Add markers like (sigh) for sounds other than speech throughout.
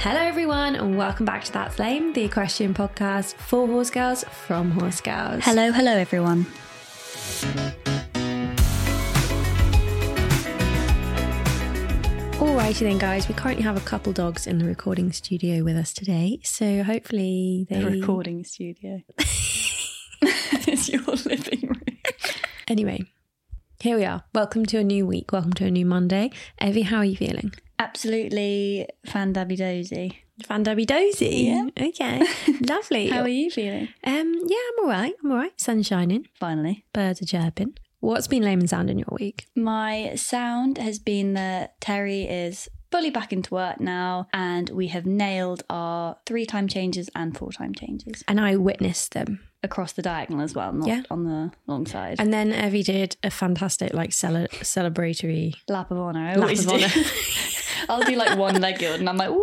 Hello, everyone, and welcome back to That's Lame, the equestrian podcast for horse girls from horse girls. Hello, hello, everyone. Alrighty then, guys. We currently have a couple dogs in the recording studio with us today, so hopefully they The recording (laughs) studio. it's your living room. Anyway, here we are. Welcome to a new week. Welcome to a new Monday. Evie, how are you feeling? Absolutely fan dabby dozy. Fan Dabby Dozy. Yeah. Okay. (laughs) Lovely. How are you feeling? Um. Yeah, I'm all right. I'm all right. Sun's shining. Finally. Birds are chirping. What's been lame and sound in your week? My sound has been that Terry is fully back into work now and we have nailed our three time changes and four time changes And I witnessed them. across the diagonal as well, not Yeah. on the long side. And then Evie did a fantastic, like, cele- celebratory. lap of honor. I Lap always of do. honour. (laughs) I'll do like one leg guild and I'm like, way,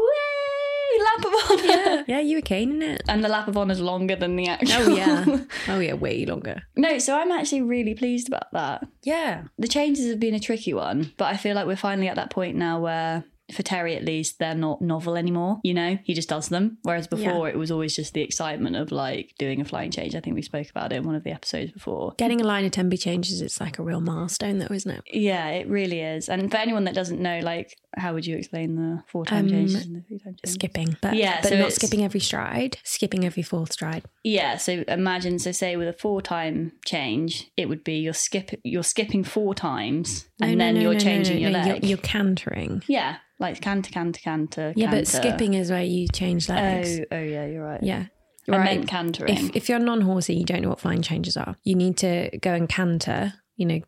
lap of honor. yeah, you were keen in it. And the lap of honor's longer than the actual. Oh, (laughs) yeah. Oh, yeah, way longer. No, so I'm actually really pleased about that. Yeah. The changes have been a tricky one, but I feel like we're finally at that point now where, for Terry at least, they're not novel anymore. You know, he just does them. Whereas before, it was always just the excitement of like doing a flying change. I think we spoke about it in one of the episodes before. Getting a line of Tempe changes, it's like a real milestone, though, isn't it? Yeah, it really is. And for anyone that doesn't know, like, how would you explain the four time Um, changes and the three time changes? Skipping. But, Yeah, but so not it's- skipping every stride, skipping every fourth stride. Yeah, so imagine so say with a four time change, it would be you're skip you're skipping four times and Oh, no, then no, you're no, no, changing no, your no, leg. You're, you're cantering. Yeah, like canter, canter, canter. Yeah, canter. but skipping is where you change legs. Oh, oh yeah, you're right. Yeah. I meant cantering. If, if you're non horsey, you don't know what flying changes are. You need to go and canter, you know.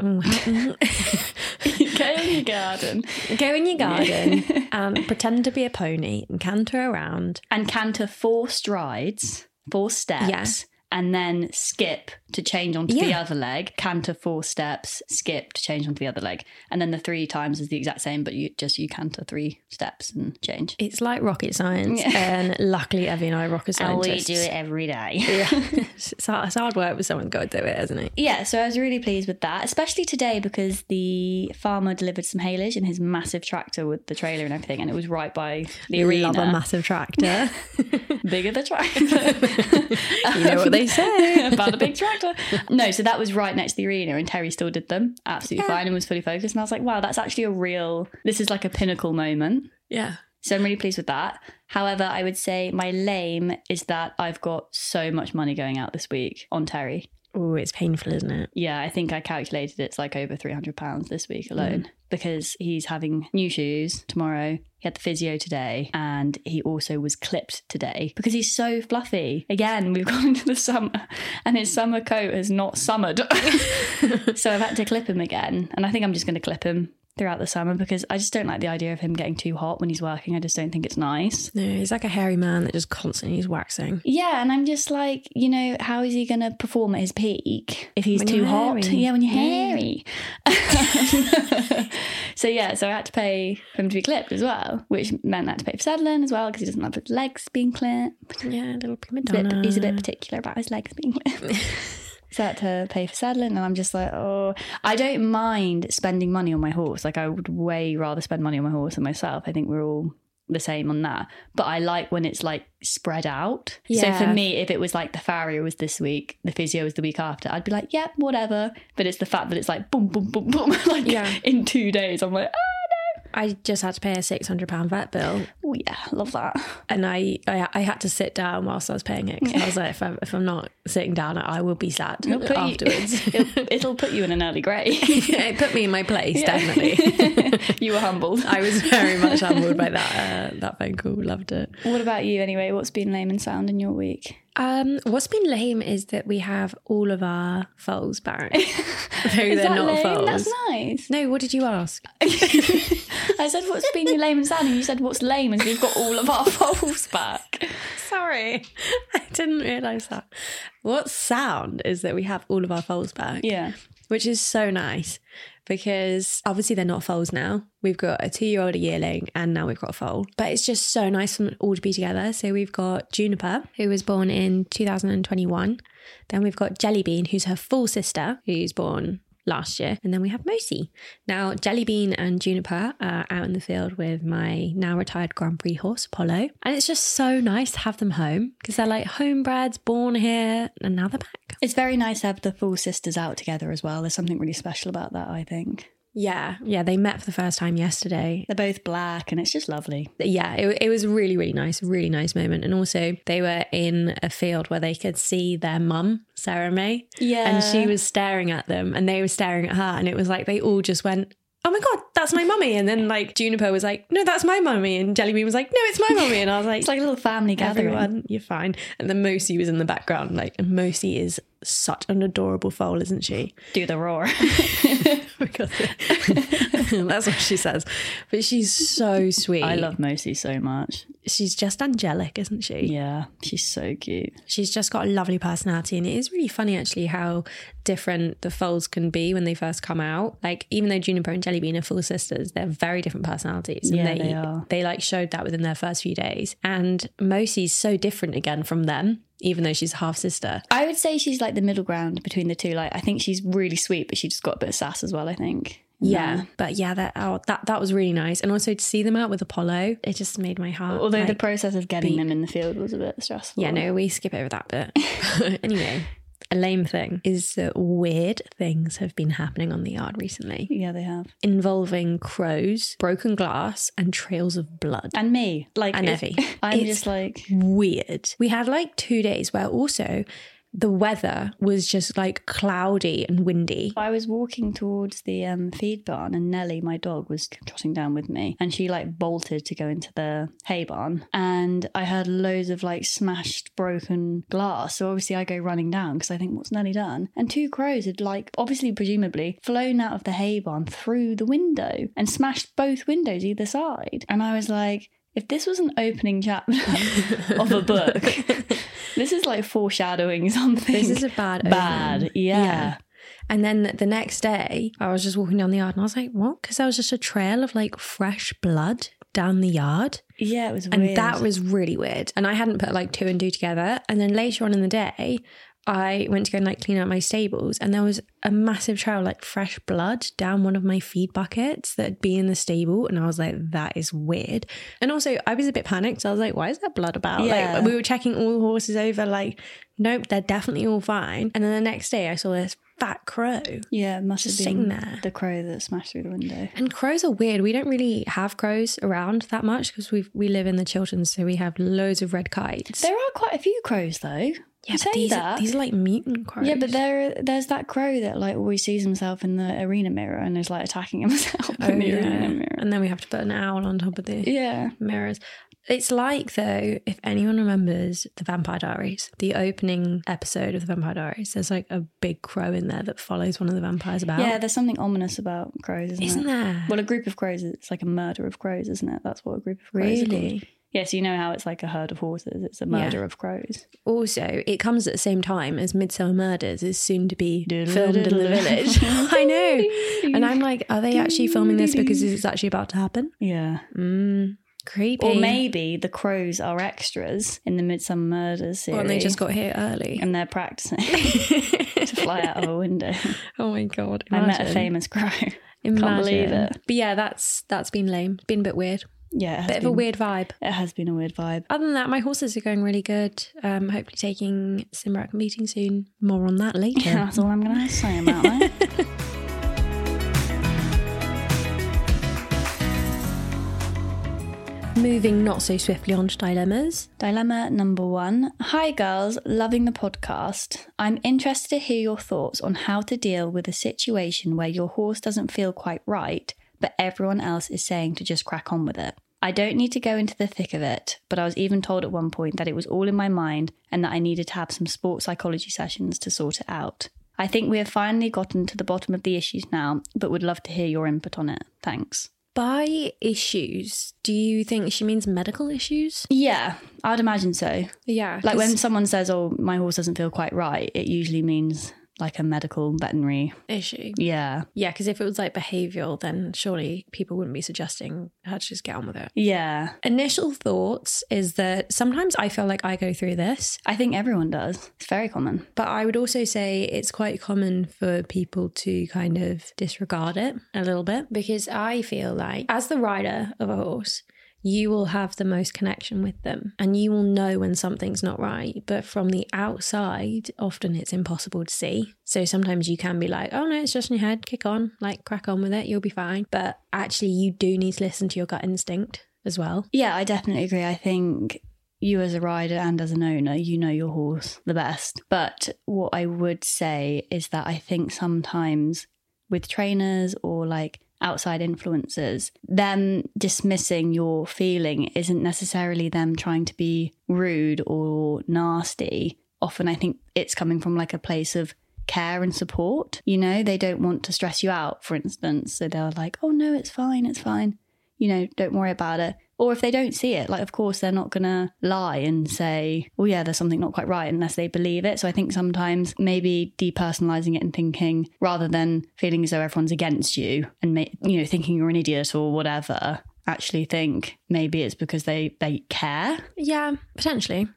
Oh, (laughs) (laughs) how- Go in your garden go in your garden (laughs) and Um, pretend to be a pony and canter around. (laughs) and canter four strides, four steps. Yeah. And then skip to change onto the Yeah. other leg. Canter four steps, skip to change onto the other leg, and then the three times is the exact same, but you just you canter three steps and change. It's like rocket science, and luckily Evie and I are rocket And scientists. we do it every day. it's, it's hard, it's hard work, but someone's got to do it, isn't it? Yeah, so I was really pleased with that, especially today because the farmer delivered some haylage in his massive tractor with the trailer and everything, and it was right by the Love a arena. massive tractor. (laughs) Bigger the tractor. you know (laughs) what they say. About a big tractor. No, so that was right next to the arena, and Terry still did them absolutely Yeah. fine and was fully focused. And I was like, wow, that's actually a real, this is like a pinnacle moment. Yeah. So I'm really pleased with that. However, I would say my lame is that I've got so much money going out this week on Terry. Oh, it's painful, isn't it? Yeah, I think I calculated it's like over three hundred pounds this week alone because he's having new shoes tomorrow. He had the physio today, and he also was clipped today because he's so fluffy. Again, we've (laughs) gone into the summer, and his summer coat has not summered, so I've had to clip him again. And I think I'm just going to clip him throughout the summer because I just don't like the idea of him getting too hot when he's working. I just don't think it's nice. No, he's like a hairy man that just constantly is waxing. Yeah, and I'm just like, you know, how is he going to perform at his peak if he's When too you're hot? hairy. Yeah, when you're Yeah. hairy. (laughs) so yeah, so I had to pay for him to be clipped as well, which meant I had to pay for saddling as well because he doesn't have his legs being clipped. Yeah, little prima He's a donna. bit, he's a bit particular about his legs (laughs) being clipped. So I had to pay for saddling, and I'm just like, oh, I don't mind spending money on my horse. Like, I would way rather spend money on my horse than myself. I think we're all the same on that. But I like when it's like spread out. So Yeah. for me, if it was like the farrier was this week, the physio was the week after, I'd be like, yep, whatever. But it's the fact that it's like boom, boom, boom, boom, (laughs) like Yeah. in two days. I'm like, I just had to pay a six hundred pound vet bill, oh yeah, love that. and I, I I had to sit down whilst I was paying it. 'cause I was like, if I'm, if I'm not sitting down, I will be sad It'll put you- (laughs) afterwards. (laughs) it'll, it'll put you in an early grave. it put me in my place, definitely. you were humbled. I (laughs) was very much humbled by that uh, that phone call. Loved it. What about you anyway? What's been lame and sound in your week? Um, what's been lame is that we have all of our foals (laughs) back. Though Is they're that not lame? foals. That's nice. no, what did you ask? I said, what's been your lame and sound? And you said, what's lame? And we've got all of our (laughs) foals back. Sorry, (laughs) I didn't realise that. What sound is that we have all of our foals back? Yeah. which is so nice because obviously they're not foals now. We've got a two year old, a yearling, and now we've got a foal. But it's just so nice for them all to be together. So we've got Juniper, who was born in 2021. Then we've got Jellybean, who's her full sister, who's born last year. And then we have Mosi. Now, Jellybean and Juniper are out in the field with my now retired Grand Prix horse, Apollo. And it's just so nice to have them home because they're like homebreds, born here, and now they're back. It's very nice to have the full sisters out together as well. There's something really special about that, I think. Yeah. Yeah. They met for the first time yesterday. They're both black and it's just lovely. yeah, it, it was really, really nice, really nice moment. And also, they were in a field where they could see their mum, Sarah May, Yeah. and she was staring at them, and they were staring at her, and it was like they all just went. Oh my god, that's my mummy! And then like Juniper was like, "No, that's my mummy," and Jellybean was like, "No, it's my mummy!" And I was like, It's like a little family gathering. "Everyone, you're fine." And then Mosi was in the background, like, and Mosi is such an adorable foal, isn't she? Do the roar. because (laughs) that's what she says. But she's so sweet. (laughs) (laughs) I love Mosi so much. she's just angelic, isn't she? Yeah, she's so cute. She's just got a lovely personality. And it is really funny, actually, how different the foals can be when they first come out. Like, even though Juniper and Jellybean are full sisters, they're very different personalities. Yeah, and they are. They like showed that within their first few days. And Mosi's so different again from them, even though she's a half sister. I would say she's like the middle ground between the two. Like, I think she's really sweet, but she just got a bit of sass as well, I think. Yeah, but yeah, that oh, that that was really nice, and also to see them out with Apollo, it just made my heart. Although the like, process of getting them in the field was a bit stressful. Yeah, no, we skip over that bit. (laughs) anyway, a lame thing is that weird things have been happening on the yard recently Yeah, they have. involving crows, broken glass, and trails of blood. And me. Like, And (laughs) it's- Effie. I'm It's- just like, Weird. We had like two days where also the weather was just like cloudy and (laughs) windy. I was walking towards the um, feed barn, and Nellie, my dog, was trotting down with me, and she like bolted to go into the hay barn, and I heard loads of like smashed, broken glass. So obviously, I go running down because I think, what's Nellie done? And two crows had like obviously, presumably, flown out of the hay barn through the window and smashed both windows either side, and I was like. If this was an opening chapter (laughs) of a book, this is like foreshadowing (laughs) something. (laughs) This is a bad omen. bad. Yeah. And then the next day, I was just walking down the yard and I was like, what? Because there was just a trail of like fresh blood down the yard. Yeah, it was weird. And that was really weird. And I hadn't put like two and two together. And then later on in the day, I went to go and like clean out my stables, and there was a massive trail like fresh blood down one of my feed buckets that'd be in the stable, and I was like, "That is weird." And also, I was a bit panicked. I was like, "Why is there blood about?" Yeah. Like we were checking all the horses over, like, "Nope, they're definitely all fine." And then the next day, I saw this fat crow. yeah, it must Just have sitting been there. the crow that smashed through the window. And crows are weird. We don't really have crows around that much because we we live in the Chilterns, so we have loads of red kites. There are quite a few crows though. Yeah, You but say these, that. Are, these are like mutant crows. yeah, but there there's that crow that like always sees himself in the arena mirror and is like attacking (laughs) himself Oh, in the yeah. arena mirror. And then we have to put an owl on top of the Yeah. mirrors. It's like though, if anyone remembers the Vampire Diaries, the opening episode of the Vampire Diaries, there's like a big crow in there that follows one of the vampires about. Yeah, there's something ominous about crows, isn't, isn't it? there? Well, a group of crows, it's like a murder of crows, isn't it? That's what a group of crows are called. really? Yeah, so you know how it's like a herd of horses, it's a murder of crows. Also, it comes at the same time as Midsummer Murders is soon to be filmed in (laughs) the village. (laughs) I know. And I'm like, are they actually filming this because this is actually about to happen? Yeah. Mm, creepy. Or maybe the crows are extras in the Midsummer Murders series. Well, they just got here early. and they're practicing (laughs) to fly out of a (laughs) window. (laughs) Oh my god! I met a imagine. famous crow. (laughs) Imagine. Can't believe it. But yeah, that's that's been lame. It's been a bit weird. Yeah, it has, Bit of been, a weird vibe. it has been a weird (laughs) vibe. Other than that, my horses are going really good. Um, hopefully taking Simrak meeting soon. More on that later. That's all I'm going to say about that. (laughs) Moving not so swiftly on to dilemmas. Dilemma number one. Hi, girls, loving the podcast. I'm interested to hear your thoughts on how to deal with a situation where your horse doesn't feel quite right, but everyone else is saying to just crack on with it. I don't need to go into the thick of it, but I was even told at one point that it was all in my mind and that I needed to have some sport psychology sessions to sort it out. I think we have finally gotten to the bottom of the issues now, but would love to hear your input on it. Thanks. By issues, do you think she means medical issues? Yeah, I'd imagine so. Yeah, Like when 'cause- someone says, "Oh, my horse doesn't feel quite right," it usually means like a medical veterinary. issue. Yeah. Yeah, because if it was like behavioural, then surely people wouldn't be suggesting her to just get on with it. Yeah. Initial thoughts is that sometimes I feel like I go through this, I think everyone does. It's very common. but I would also say it's quite common for people to kind of disregard it a little bit because I feel like, as the rider of a horse, you will have the most connection with them and you will know when something's not right. But from the outside, often it's impossible to see. So sometimes you can be like, oh no, it's just in your head, kick on, like crack on with it, you'll be fine. But actually, you do need to listen to your gut instinct as well. Yeah, I definitely agree. I think you as a rider and as an owner, you know your horse the best. But what I would say is that I think sometimes with trainers or like outside influences, them dismissing your feeling isn't necessarily them trying to be rude or nasty. Often I think it's coming from like a place of care and support. You know, they don't want to stress you out, for instance. So they're like, oh no, it's fine, it's fine you know, don't worry about it. Or if they don't see it, like, of course, they're not going to lie and say, oh, yeah, there's something not quite right unless they believe it. So I think sometimes maybe depersonalizing it and thinking rather than feeling as though everyone's against you and, ma- you know, thinking you're an idiot or whatever, actually think maybe it's because they, they care. Yeah, potentially.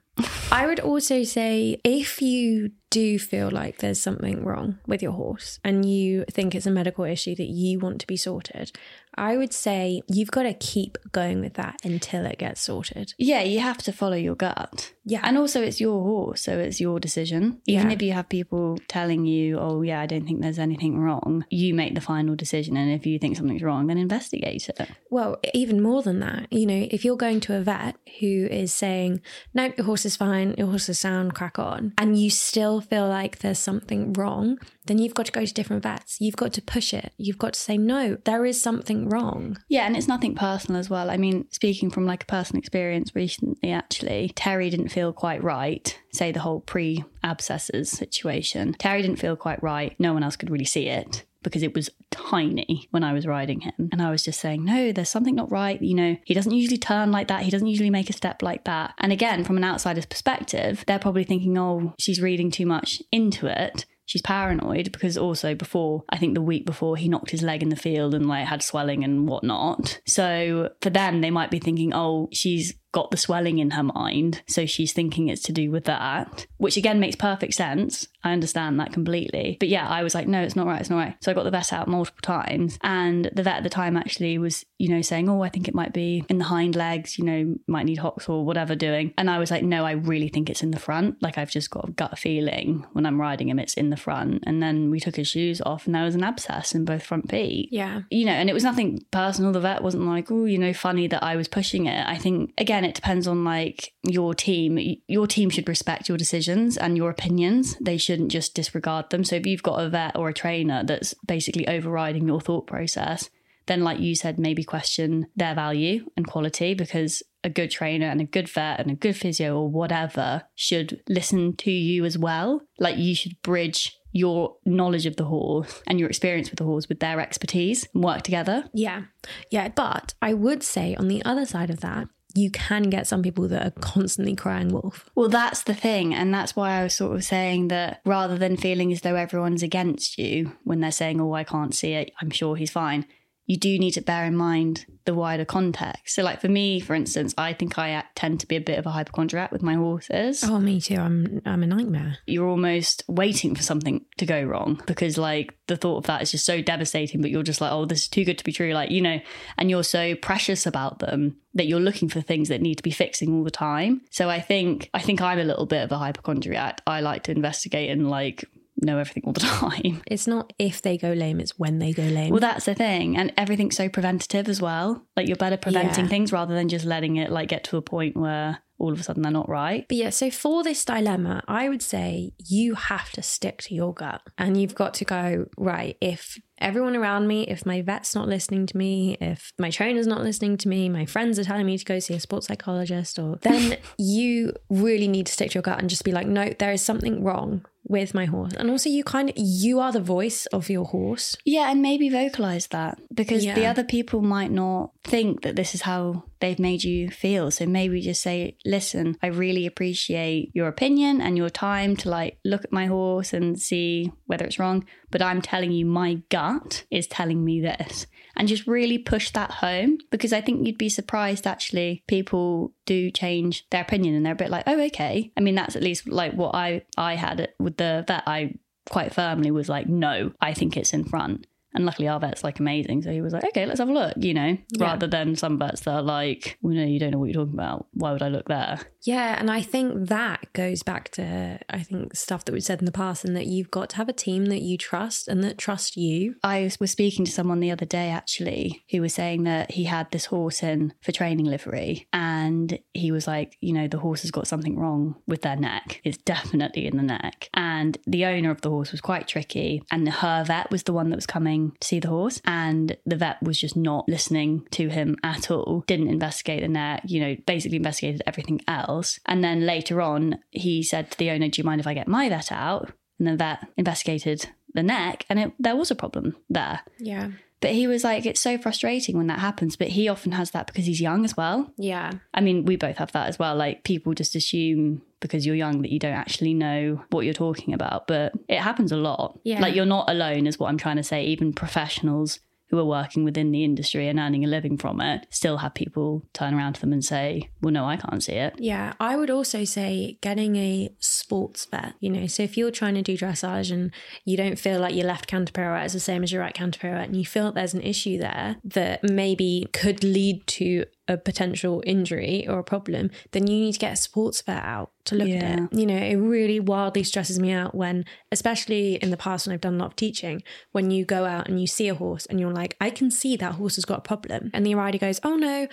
I would also say if you do feel like there's something wrong with your horse and you think it's a medical issue that you want to be sorted, I would say you've got to keep going with that until it gets sorted. Yeah, you have to follow your gut. Yeah. And also, it's your horse, so it's your decision. Even Yeah. if you have people telling you, oh, yeah, I don't think there's anything wrong, you make the final decision. And if you think something's wrong, then investigate it. Well, even more than that, you know, if you're going to a vet who is saying, no, your horse is fine, your horse is sound, crack on, and you still feel like there's something wrong, then you've got to go to different vets. You've got to push it. You've got to say, no, there is something wrong. Yeah, and it's nothing personal as well. I mean, speaking from like a personal experience recently, actually, Terry didn't feel quite right. Say the whole pre abscesses situation. Terry didn't feel quite right. No one else could really see it because it was tiny when I was riding him. And I was just saying, no, there's something not right. You know, he doesn't usually turn like that. He doesn't usually make a step like that. And again, from an outsider's perspective, they're probably thinking, oh, she's reading too much into it she's paranoid because also before I think the week before he knocked his leg in the field and like had swelling and whatnot. So for them, they might be thinking, oh, she's got the swelling in her mind, so she's thinking it's to do with that, which again makes perfect sense. I understand that completely. But yeah, I was like, no, it's not right, it's not right. So I got the vet out multiple times, and the vet at the time actually was, you know, saying, oh, I think it might be in the hind legs, you know, might need hocks or whatever doing. And I was like, no, I really think it's in the front. Like I've just got a gut feeling when I'm riding him, it's in the front. And then we took his shoes off, and there was an abscess in both front feet Yeah. you know, and it was nothing personal. The vet wasn't like, oh, you know, funny that I was pushing it. I think, again, it depends on like your team. Y- Your team should respect your decisions and your opinions. They shouldn't just disregard them. So if you've got a vet or a trainer that's basically overriding your thought process, then, like you said, maybe question their value and quality because a good trainer and a good vet and a good physio or whatever should listen to you as well. Like, you should bridge your knowledge of the horse and your experience with the horse with their expertise and work together. Yeah. Yeah. But I would say on the other side of that, you can get some people that are constantly crying wolf. Well, that's the thing. And that's why I was sort of saying that rather than feeling as though everyone's against you when they're saying, oh, I can't see it, I'm sure he's fine, you do need to bear in mind the wider context. So, like for me, for instance, I think I uh, tend to be a bit of a hypochondriac with my horses. Oh, me too. I'm I'm a nightmare. You're almost waiting for something to go wrong because, like, the thought of that is just so devastating. But you're just like, oh, this is too good to be true. Like, you know, and you're so precious about them that you're looking for things that need to be fixing all the time. So I think I think I'm a little bit of a hypochondriac. I like to investigate and like know everything all the (laughs) time. It's not if they go lame, it's when they go lame. Well, that's the thing, and everything's so preventative as well. Like you're better preventing Yeah. things rather than just letting it like get to a point where all of a sudden they're not right. but yeah, so for this dilemma, I would say you have to stick to your gut and you've got to go, right, if everyone around me, if my vet's not listening to me, if my trainer's not listening to me, my friends are telling me to go see a sports psychologist or (laughs) then you really need to stick to your gut and just be like, no, there is something wrong with my horse. And also you kind of you are the voice of your horse. Yeah, and maybe vocalize that because the Yeah. other people might not think that this is how they've made you feel. So maybe just say, listen, I really appreciate your opinion and your time to like look at my horse and see whether it's wrong. But I'm telling you, my gut is telling me this. And just really push that home because I think you'd be surprised actually people do change their opinion and they're a bit like, oh, okay. I mean, that's at least like what I, I had with the vet. I quite firmly was like, no, I think it's in front. And luckily, our vet's like amazing. So he was like, okay, let's have a look, you know, Yeah. rather than some vets that are like, well, no, you don't know what you're talking about. Why would I look there? Yeah, and I think that goes back to I think stuff that we've said in the past, and that you've got to have a team that you trust and that trust you. I was- was speaking to someone the other day actually who was saying that he had this horse in for training livery and he was like, you know, the horse has got something wrong with their neck. It's definitely in the neck. And the owner of the horse was quite tricky and her vet was the one that was coming to see the horse and the vet was just not listening to him at all. Didn't investigate the neck, you know, basically investigated everything else. And then later on he said to the owner, "Do you mind if I get my vet out?" And the vet investigated the neck and it, there was a problem there. Yeah, But he was like, it's so frustrating when that happens. But he often has that because he's young as well. yeah, I mean, we both have that as well. Like, people just assume because you're young that you don't actually know what you're talking about. But it happens a lot. Yeah. Like, you're not alone, is what I'm trying to say. Even professionals who are working within the industry and earning a living from it still have people turn around to them and say, well, no, I can't see it. yeah. I would also say getting a sports vet. You know, so if you're trying to do dressage and you don't feel like your left counter pirouette is the same as your right counter pirouette, and you feel that there's an issue there that maybe could lead to a potential injury or a problem, then you need to get a sports vet out to look at Yeah. it. You know, it really wildly stresses me out when, especially in the past when I've done a lot of teaching, when you go out and you see a horse and you're like, I can see that horse has got a problem. And the rider goes, Oh no,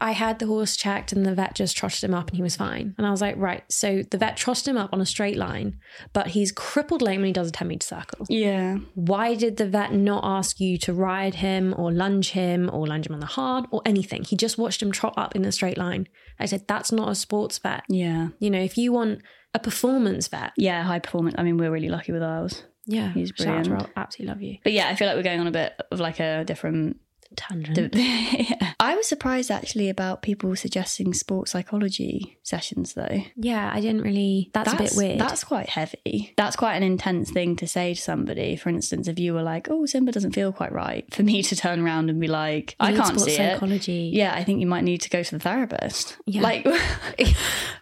I had the horse checked and the vet just trotted him up and he was fine. And I was like, Right, so the vet trotted him up on a straight line, but he's crippled lame when he does a 10 meter circle. Yeah. Why did the vet not ask you to ride him or lunge him or lunge him on the hard or anything? He just watched him trot up in a straight line. I said, That's not a sports vet. Yeah. You know, if you want a performance vet, Yeah. High performance. I mean, we're really lucky with ours. yeah, He's shout out to brilliant. Rob, absolutely love you. But yeah, I feel like we're going on a bit of like a different (laughs) Tangent. I was surprised actually about people suggesting sports psychology sessions though. yeah, I didn't really. That's, a bit weird. That's quite heavy. That's quite an intense thing to say to somebody. For instance, if you were like, "Oh, Simba doesn't feel quite right," for me to turn around and be like, "I You need can't sports see it." psychology. Yeah, I think you might need to go to the therapist. Yeah. Like, (laughs)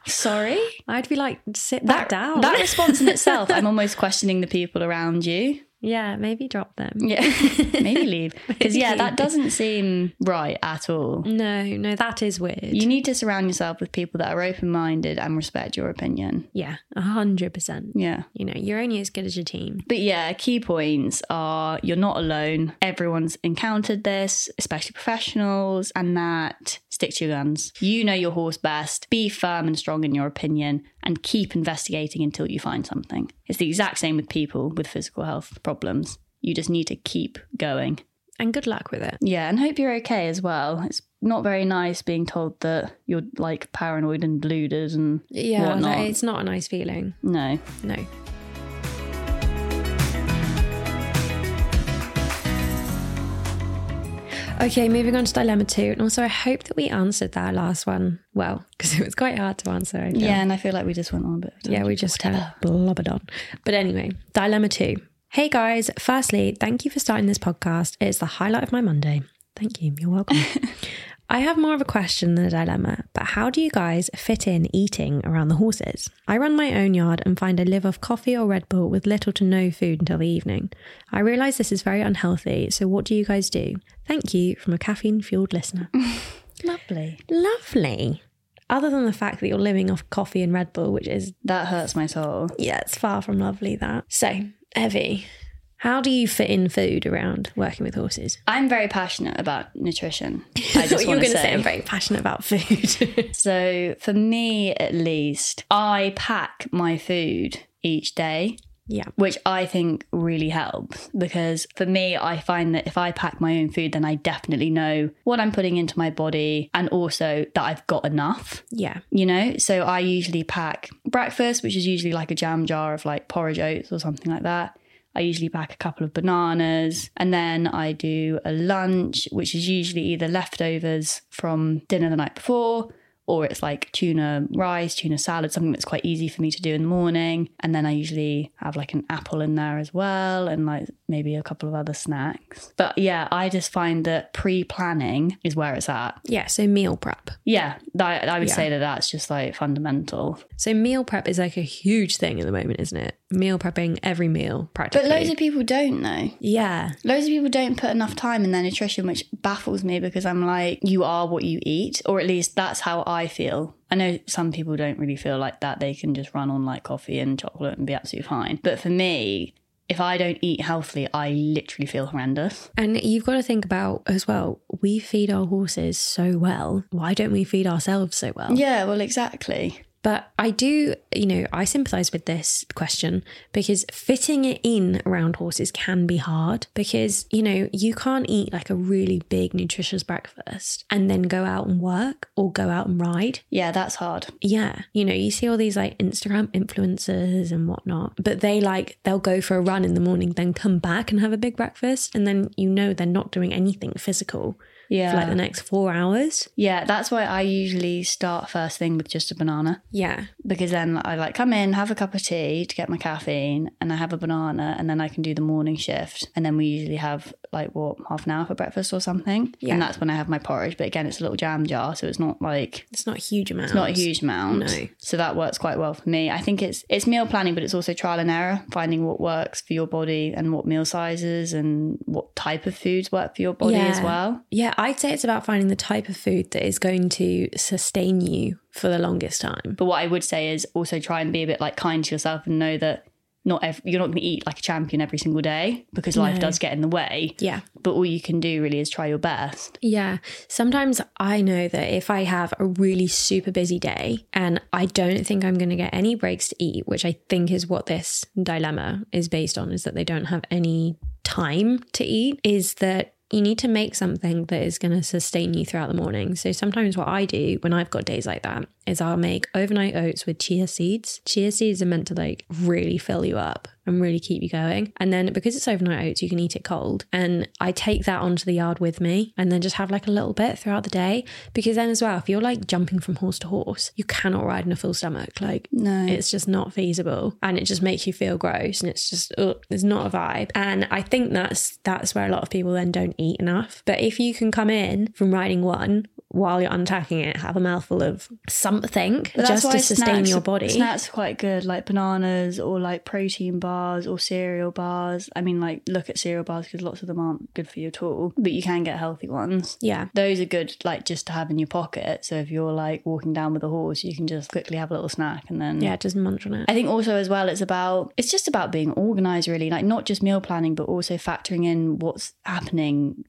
sorry, I'd be like, sit that, down. That response in itself, I'm almost questioning the people around you. (laughs) yeah, maybe drop them. Yeah, (laughs) maybe leave Mm. because yeah, Maybe. that doesn't seem right at all. No, no, that is weird. You need to surround yourself with people that are open minded and respect your opinion. yeah, a hundred percent. Yeah. You know, you're only as good as your team. But yeah, key points are you're not alone. Everyone's encountered this, especially professionals, and that stick to your guns. You know your horse best. Be firm and strong in your opinion and keep investigating until you find something. It's the exact same with people with physical health problems. You just need to keep going. And good luck with it. Yeah, and hope you're okay as well. It's not very nice being told that you're like paranoid and deluded and Yeah, whatnot. like, it's not a nice feeling. No. No. Okay, moving on to dilemma two. And also, I hope that we answered that last one well, because it was quite hard to answer. I feel. Yeah, and I feel like we just went on a bit. of time. Yeah, we just uh, blubbered on. But anyway, dilemma two. Hey guys, firstly, thank you for starting this podcast. It's the highlight of my Monday. Thank you. You're welcome. I have more of a question than a dilemma, but how do you guys fit in eating around the horses? I run my own yard and find I live off coffee or Red Bull with little to no food until the evening. I realise this is very unhealthy, so what do you guys do? Thank you from a caffeine fueled listener. Lovely. Lovely. Other than the fact that you're living off coffee and Red Bull, which is That hurts my soul. yeah, it's far from lovely that. So, Evie, how do you fit in food around working with horses? I'm very passionate about (laughs) nutrition. (laughs) I just you're want to gonna say. I'm very passionate about food. (laughs) So for me, at least, I pack my food each day. yeah. which I think really helps because for me, I find that if I pack my own food, then I definitely know what I'm putting into my body and also that I've got enough, Yeah. you know? So I usually pack breakfast, which is usually like a jam jar of like porridge oats or something like that. I usually pack a couple of bananas and then I do a lunch, which is usually either leftovers from dinner the night before or it's like tuna rice, tuna salad, something that's quite easy for me to do in the morning. And then I usually have like an apple in there as well and like maybe a couple of other snacks. But yeah, I just find that pre planning is where it's at. Yeah, so meal prep. Yeah, that, I would Yeah. say that that's just like fundamental. So meal prep is like a huge thing at the moment, isn't it? Meal prepping every meal practically. people don't know. yeah, Loads of people don't put enough time in their nutrition, which baffles me because I'm like, you are what you eat, or at least that's how I feel. I know some people don't really feel like that. They can just run on like coffee and chocolate and be absolutely fine. But for me, if I don't eat healthily, I literally feel horrendous. and you've got to think about as well. We feed our horses so well. Why don't we feed ourselves so well? Yeah, well, exactly. But I do, you know, I sympathize with this question because fitting it in around horses can be hard because, you know, you can't eat like a really big, nutritious breakfast and then go out and work or go out and ride. Yeah, that's hard. Yeah. You know, you see all these like Instagram influencers and whatnot, but they like, they'll go for a run in the morning, then come back and have a big breakfast. And then you know they're not doing anything physical Yeah. for like the next four hours. yeah, that's why I usually start first thing with just a banana. Yeah. because then I like come in, have a cup of tea to get my caffeine, and I have a banana, and then I can do the morning shift. And then we usually have like what half an hour for breakfast or something. Yeah. And that's when I have my porridge. But again, it's a little jam jar, so it's not like It's not a huge amount. it's not a huge amount. No. So that works quite well for me. I think it's it's meal planning, but it's also trial and error, finding what works for your body and what meal sizes and what type of foods work for your body as Yeah. well. Yeah, I'd say it's about finding the type of food that is going to sustain you for the longest time. But what I would say is also try and be a bit like kind to yourself and know that not ev- you're not going to eat like a champion every single day because life No. does get in the way. Yeah. But all you can do really is try your best. Yeah. Sometimes I know that if I have a really super busy day and I don't think I'm going to get any breaks to eat, which I think is what this dilemma is based on, is that they don't have any time to eat, is that you need to make something that is going to sustain you throughout the morning. So sometimes what I do when I've got days like that is I'll make overnight oats with chia seeds. Chia seeds are meant to like really fill you up and really keep you going. And then because it's overnight oats, you can eat it cold. And I take that onto the yard with me and then just have like a little bit throughout the day. Because then, as well, if you're like jumping from horse to horse, you cannot ride in a full stomach. Like, No. it's just not feasible and it just makes you feel gross and it's just ugh, it's not a vibe and i think that's that's where a lot of people then don't eat enough but if you can come in from riding one while you're untacking it have a mouthful of something just to sustain your body Snacks are quite good, like bananas or like protein bars or cereal bars. I mean, like look at cereal bars because lots of them aren't good for you at all, but you can get healthy ones. yeah Those are good, like just to have in your pocket. So if you're like walking down with a horse, you can just quickly have a little snack and then yeah just munch on it I think also as well it's about it's just about being organized really like not just meal planning but also factoring in what's happening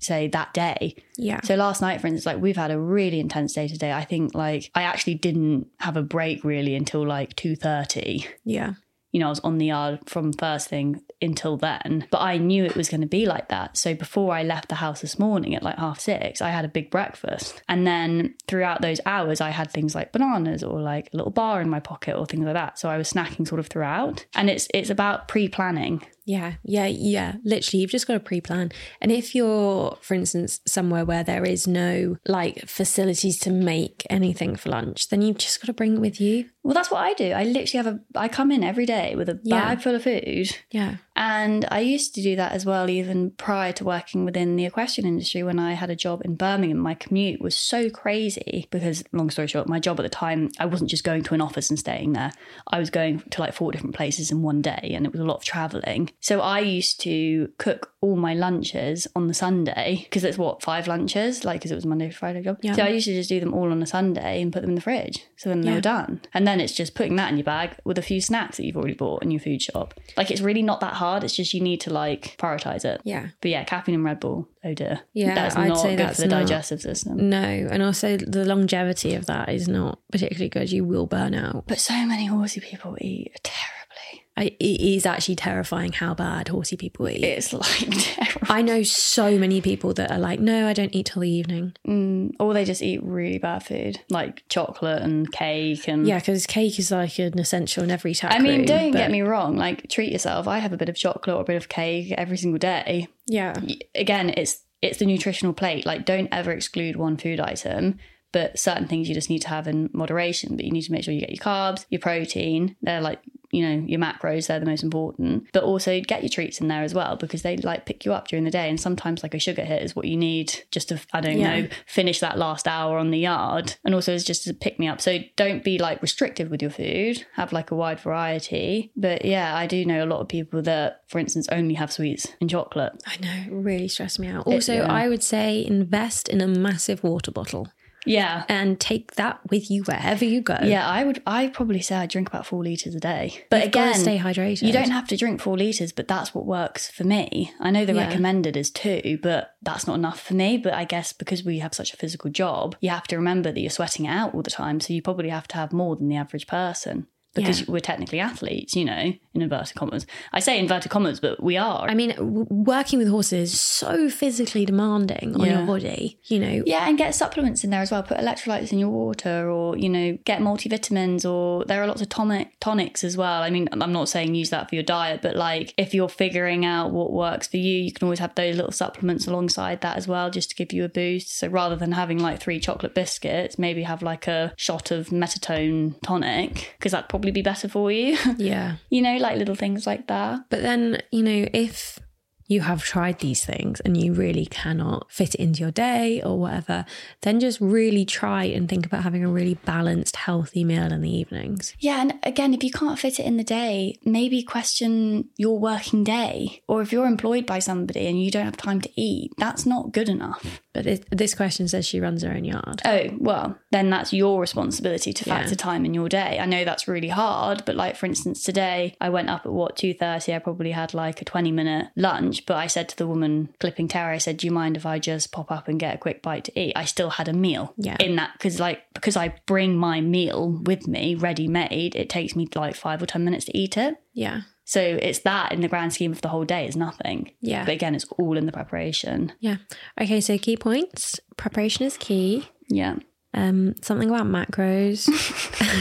say that day. yeah So last night for instance like we've had a really intense day today. I think like I actually didn't have a break really until like 2:30. yeah You know, I was on the yard from first thing until then, but I knew it was going to be like that. So before I left the house this morning at like half six, I had a big breakfast. And then throughout those hours, I had things like bananas or like a little bar in my pocket or things like that. So I was snacking sort of throughout. And it's it's about pre-planning. Yeah, yeah, yeah. Literally, you've just got to pre plan. And if you're, for instance, somewhere where there is no like facilities to make anything for lunch, then you've just got to bring it with you. Well, that's what I do. I literally have a I come in every day with a Yeah. bag full of food. Yeah. And I used to do that as well, even prior to working within the equestrian industry. When I had a job in Birmingham, my commute was so crazy because, long story short, my job at the time, I wasn't just going to an office and staying there. I was going to like four different places in one day, and it was a lot of traveling. So I used to cook all my lunches on the Sunday because it's what, five lunches? Like, because it was a Monday to Friday job. Yeah. So I used to just do them all on a Sunday and put them in the fridge. So then they Yeah. were done. And then it's just putting that in your bag with a few snacks that you've already bought in your food shop. Like it's really not that hard. It's just you need to like prioritize it. Yeah. But yeah, caffeine and Red Bull. Oh dear. Yeah, that's I'd not say good that's for the not- digestive system. No. And also, the longevity of that is not particularly good. You will burn out. But so many horsey people eat terribly. I, it is actually terrifying how bad horsey people eat. It's like (laughs) terrible. I know so many people that are like, no, I don't eat till the evening. Mm, or they just eat really bad food, like chocolate and cake and Yeah, because cake is like an essential in every tack I mean, room, don't but- get me wrong. Like, treat yourself. I have a bit of chocolate or a bit of cake every single day. Yeah, Y- Again, it's it's the nutritional plate. Like, don't ever exclude one food item. But certain things you just need to have in moderation. But you need to make sure you get your carbs, your protein. They're like you know your macros. They're the most important. But also get your treats in there as well because they like pick you up during the day. And sometimes like a sugar hit is what you need just to I don't Yeah. know finish that last hour on the yard. And also it's just to pick me up. So don't be like restrictive with your food. Have like a wide variety. But yeah, I do know a lot of people that, for instance, only have sweets and chocolate. I know. It really stressed me out. Also, yeah. I would say invest in a massive water bottle Yeah. and take that with you wherever you go. Yeah, I would. I probably say I drink about four liters a day. But You've gotta again, stay hydrated. you don't have to drink four liters, but that's what works for me. I know the Yeah. recommended is two, but that's not enough for me. But I guess because we have such a physical job, you have to remember that you're sweating it out all the time. So you probably have to have more than the average person because Yeah. we're technically athletes, you know, in inverted commas. I say inverted commas, but we are. I mean, w- working with horses is so physically demanding on Yeah. your body. You know, yeah, and get supplements in there as well. Put electrolytes in your water, or you know, get multivitamins, or there are lots of tonic tonics as well. I mean, I'm not saying use that for your diet, but like if you're figuring out what works for you, you can always have those little supplements alongside that as well, just to give you a boost. So rather than having like three chocolate biscuits, maybe have like a shot of metatone tonic because that'd probably be better for you. (laughs) yeah. you know, like little things like that. But then, you know, if you have tried these things and you really cannot fit it into your day or whatever, then just really try and think about having a really balanced, healthy meal in the evenings. Yeah, and again, if you can't fit it in the day, maybe question your working day. Or if you're employed by somebody and you don't have time to eat, that's not good enough. But this, this question says she runs her own yard. Oh, well, then that's your responsibility to Yeah. factor time in your day. I know that's really hard, but like for instance today, I went up at what 2:30, I probably had like a 20-minute lunch, but I said to the woman clipping tower, I said, "Do you mind if I just pop up and get a quick bite to eat?" I still had a meal Yeah. in that cuz like because I bring my meal with me ready made, it takes me like 5 or 10 minutes to eat it. Yeah. So it's that in the grand scheme of the whole day is nothing. Yeah. But again, it's all in the preparation. Yeah. Okay, so key points. Preparation is key. Yeah. Um, something about macros. (laughs)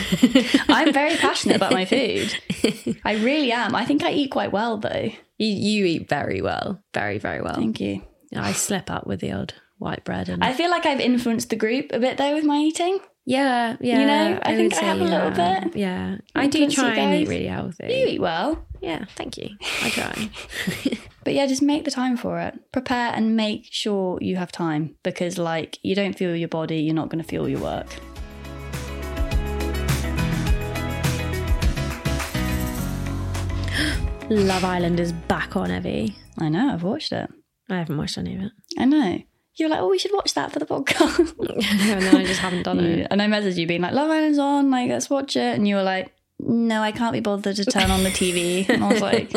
I'm very passionate about my food. I really am. I think I eat quite well though. you, you eat very well. Very, very well. Thank you. I slip up with the odd white bread and I feel like I've influenced the group a bit though with my eating. Yeah, yeah. You know, I think would I say have a little yeah. bit. Yeah, I do Influence you try and guys. eat really healthy. You eat well, Yeah, thank you. I (laughs) try. but yeah, just make the time for it. Prepare and make sure you have time because like you don't fuel your body, you're not going to fuel your work. Love Island is back on Evie. I know, I've watched it. I haven't watched any (laughs) of it, I know. You're like, "Oh, we should watch that for the podcast." and then I just haven't done Yeah, it. And I messaged you being like, Love Island's on, like, let's watch it. And you were like, no, I can't be bothered to turn on the TV. And I was like,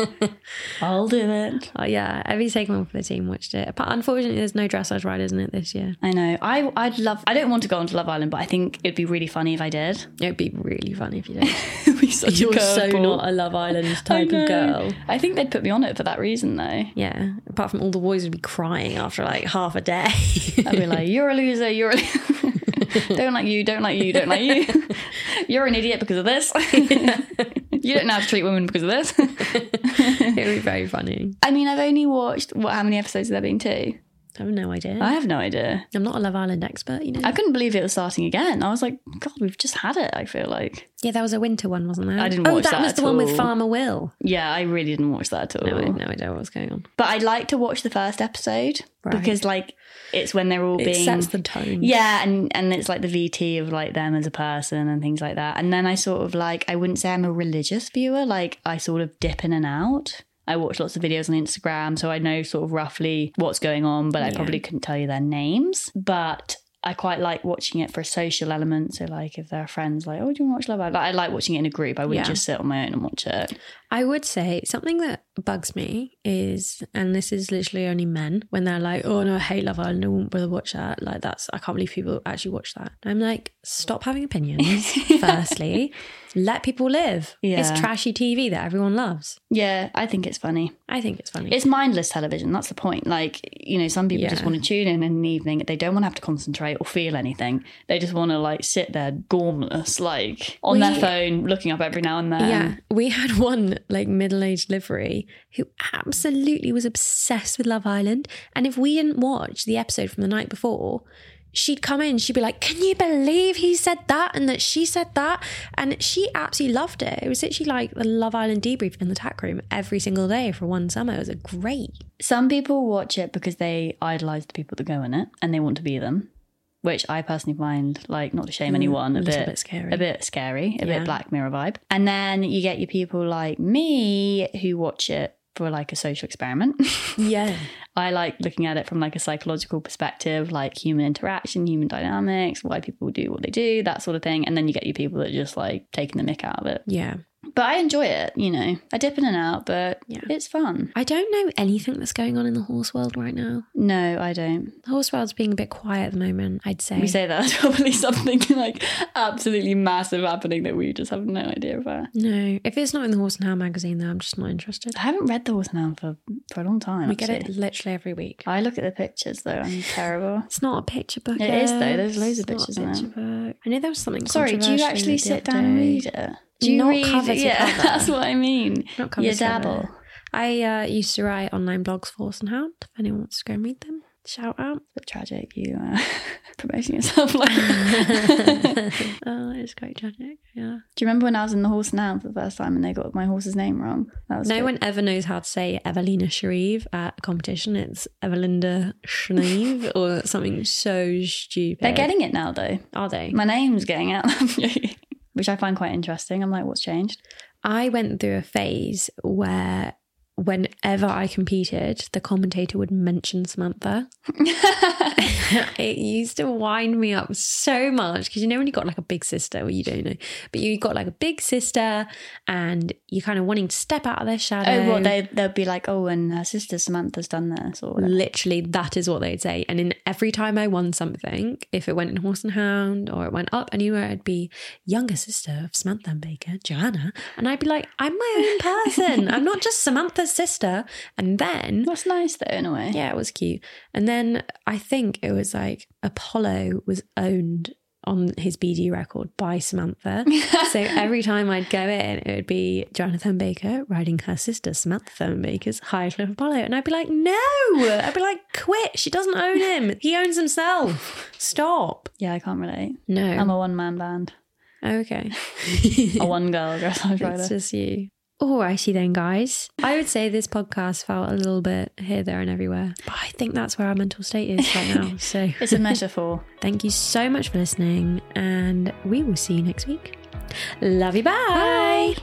I'll do it. Oh yeah, Evie's taken one for the team. Watched it. But unfortunately, there's no dressage ride, isn't it, this year? I know. I, I'd love, I don't want to go onto Love Island, but I think it'd be really funny if I did. (laughs) It'd be really funny if you did. It'd be such You're so curveball. not a Love Island type (laughs) I know. of girl. I think they'd put me on it for that reason, though. Yeah. Apart from all the boys would be crying after like half a (laughs) day. (laughs) I'd be like, you're a loser, you're a (laughs) don't like you, don't like you, don't like you. (laughs) you're an idiot because of (laughs) this. you don't know how to treat women because of this. (laughs) it would be very funny. I mean, I've only watched, what, how many episodes have there been too? I have no idea. I have no idea. I'm not a Love Island expert, you know. I couldn't believe it was starting again. I was like, God, we've just had it. I feel like, Yeah, there was a winter one, wasn't there? I didn't Oh, watch that, that was at the one all. with Farmer Will. yeah, I really didn't watch that at all. No, I had no idea what was going on. But I'd like to watch the first episode Right. because, like, it's when they're all It being sets the tone. yeah, and and it's like the VT of like them as a person and things like that. And then I sort of like I wouldn't say I'm a religious viewer. Like I sort of dip in and out. I watch lots of videos on Instagram, so I know sort of roughly what's going on, but I Yeah. probably couldn't tell you their names. But I quite like watching it for a social element. So like if there are friends, like oh, do you want to watch Love Island? Like, I like watching it in a group. I wouldn't Yeah. just sit on my own and watch it. I would say something that bugs me is, and this is literally only men, when they're like, oh no, I hate Love Island, I wouldn't really watch that. Like, that's, I can't believe people actually watch that. And I'm like, stop having (laughs) opinions, firstly. Let people live. Yeah. It's trashy TV that everyone loves. Yeah, I think it's funny. I think it's funny. It's mindless television. That's the point. Like, you know, some people just Yeah. want to tune in in the evening. They don't want to have to concentrate or feel anything. They just want to like sit there gormless, like on their We- phone, looking up every now and then. yeah, we had (laughs) one like middle-aged livery who absolutely was obsessed with Love Island, and if we didn't watch the episode from the night before, she'd come in, she'd be like, "Can you believe he said that and that she said that?" And she absolutely loved it. It was literally like the Love Island debrief in the tack room every single day for one summer. It was a great. Some people watch it because they idolize the people that go in it and they want to be them, which I personally find like not to shame anyone, a, Mm, a little bit, bit scary. a bit scary, a Yeah. bit Black Mirror vibe. And then you get your people like me who watch it for like a social experiment. (laughs) Yeah, I like looking at it from like a psychological perspective, like human interaction, human dynamics, why people do what they do, that sort of thing. And then you get your people that are just like taking the mick out of it. yeah. But I enjoy it, you know. I dip in and out, but Yeah. it's fun. I don't know anything that's going on in the horse world right now. No, I don't. The horse world's being a bit quiet at the moment. I'd say. We say that's (laughs) probably something like absolutely massive happening that we just have no idea about. No, if it's not in the Horse and Hound magazine, though, I'm just not interested. I haven't read the horse now for, for a long time. We get it actually. literally every week. I look at the pictures though, (laughs) I'm terrible. It's not a picture book. It is, though. Em. There's loads It's of not pictures a in it. picture book. I know there was something. Sorry, do you controversial in actually it the sit other down and day. read it? Do you Not read cover to Yeah, (laughs) cover. that's what I mean. Not cover You to cover. dabble. I uh, used to write online blogs for Horse and Hound. If anyone wants to go and read them, shout (laughs) out. (laughs) bit tragic you uh, (laughs) promoting yourself like that. oh, it's quite tragic. Yeah. Do you remember when I was in the horse now for the first time and they got my horse's name wrong? That was No good. one ever knows how to say Evelina Sharif at a competition. It's Evelinda Shreve or something so stupid. They're getting it now though. Are they? My name's getting (laughs) out, which I find quite interesting. I'm like, what's changed? I went through a phase where whenever I competed, the commentator would mention Samantha. (laughs) Oh, it used to wind me up so much because you know when you got like a big sister, well you don't know, but you got like a big sister and you're kind of wanting to step out of their shadow. Oh, well, they they'll be like, oh, and her sister Samantha's done this or whatever. Literally, that is what they'd say. And in every time I won something, if it went in Horse and Hound or it went up anywhere, it'd be younger sister of Samantha and Baker, Joanna. And I'd be like, I'm my own person. I'm not just Samantha's sister. And then, That's nice though, in a way. yeah, it was cute. And then I think it was like Apollo was owned on his BD record by Samantha. (laughs) So um, every time I'd go in, it would be Jonathan Baker riding her sister Samantha Thurman Baker's Highcliffe Apollo, and I'd be like, "No!" I'd be like, "Quit! She doesn't own him. He owns himself. Stop!" yeah, I can't relate. I'm No. a one man band, okay. (laughs) (laughs) a one girl dressage It's rider. just you. Alrighty then, guys. I would say this podcast felt a little bit here, there, and everywhere. But I think that's where our mental state is right (laughs) now. So It's a metaphor. thank you so much for listening, and we will see you next week. Love you. Bye.